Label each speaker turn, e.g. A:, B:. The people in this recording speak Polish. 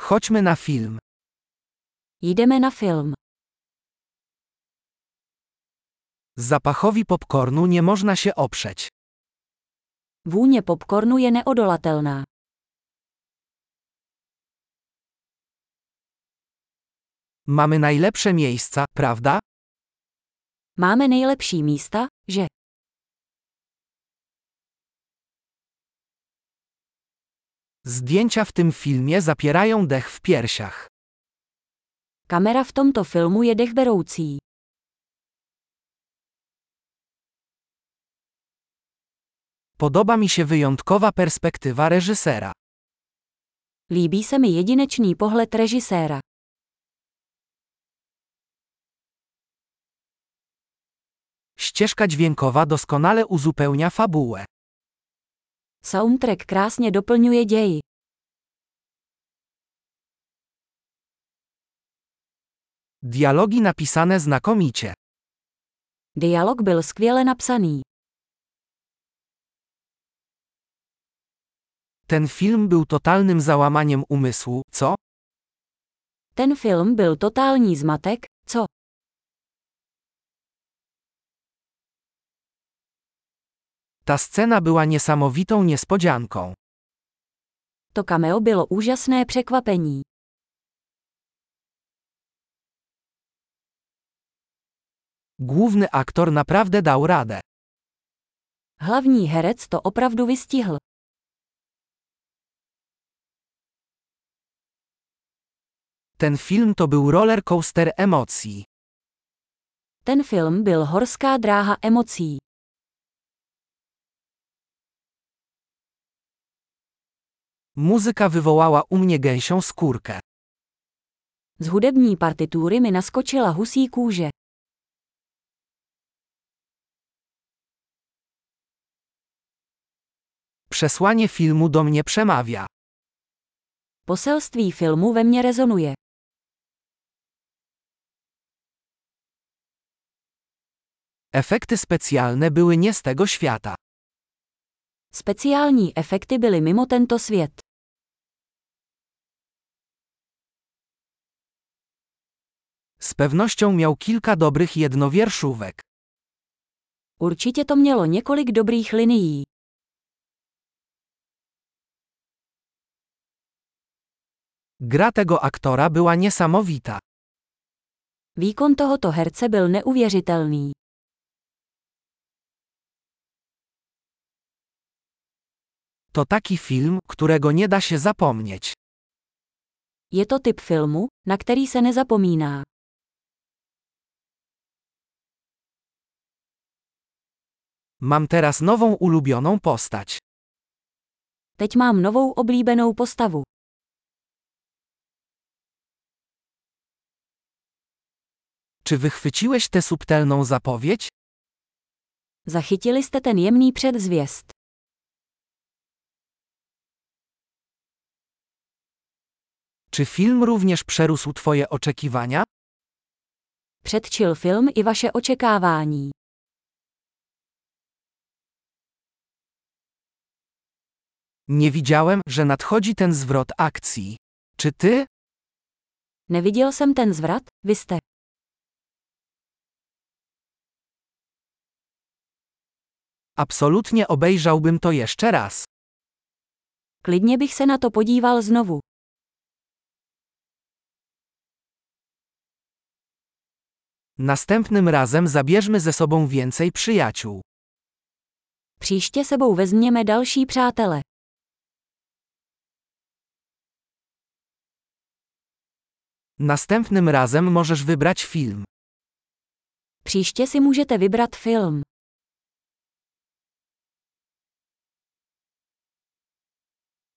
A: Chodźmy na film.
B: Jdeme na film.
A: Zapachowi popcornu nie można się oprzeć.
B: Vůně popcornu je neodolatelná.
A: Mamy najlepsze miejsca, prawda?
B: Máme nejlepší místa, že?
A: Zdjęcia w tym filmie zapierają dech w piersiach.
B: Kamera v tomto filmu je dechberoucí.
A: Podoba mi się wyjątkowa perspektywa reżysera.
B: Líbí se mi jedinečný pohled režiséra.
A: Ścieżka dźwiękowa doskonale uzupełnia fabułę.
B: Soundtrack krásně doplňuje ději.
A: Dialogi napisane znakomicie.
B: Dialog byl skvěle napsaný.
A: Ten film był totalnym załamaniem umysłu, co?
B: Ten film byl totální zmatek, co?
A: Ta scena była niesamowitą niespodzianką.
B: To cameo bylo úžasné překvapení.
A: Główny aktor naprawdę dał radę.
B: Hlavní herec to opravdu vystihl.
A: Ten film to był roller coaster emocji.
B: Ten film byl horská dráha emocí.
A: Muzyka wywołała u mnie gęsią skórkę.
B: Z hudební partitury mi naskočila husí kůže.
A: Przesłanie filmu do mnie przemawia.
B: Poselství filmu ve mně rezonuje.
A: Efekty specjalne były nie z tego świata.
B: Speciální efekty byly mimo tento svět.
A: Z pewnością miał kilka dobrych jednowierszówek.
B: Určitě to mělo několik dobrých linií.
A: Gra tego aktora była niesamowita.
B: Výkon tohoto herce byl neuvěřitelný.
A: To taki film, którego nie da się zapomnieć.
B: Je to typ filmu, na který se nezapomíná.
A: Mam teraz nową ulubioną postać.
B: Teď mám novou oblíbenou postavu.
A: Czy wychwyciłeś tę subtelną zapowiedź?
B: Zachytili jste ten jemný předzvěst.
A: Czy film również przerósł Twoje oczekiwania?
B: Předčil film i vaše očekávání.
A: Nie widziałem, że nadchodzi ten zwrot akcji. Czy ty?
B: Neviděl jsem ten zvrat, vy jste.
A: Absolutnie obejrzałbym to jeszcze raz.
B: Klidně bych se na to podíval znovu.
A: Następnym razem zabierzmy ze sobą więcej przyjaciół.
B: Příště sebou vezměme další přátele.
A: Następnym razem możesz wybrać film.
B: Příště si můžete vybrat film.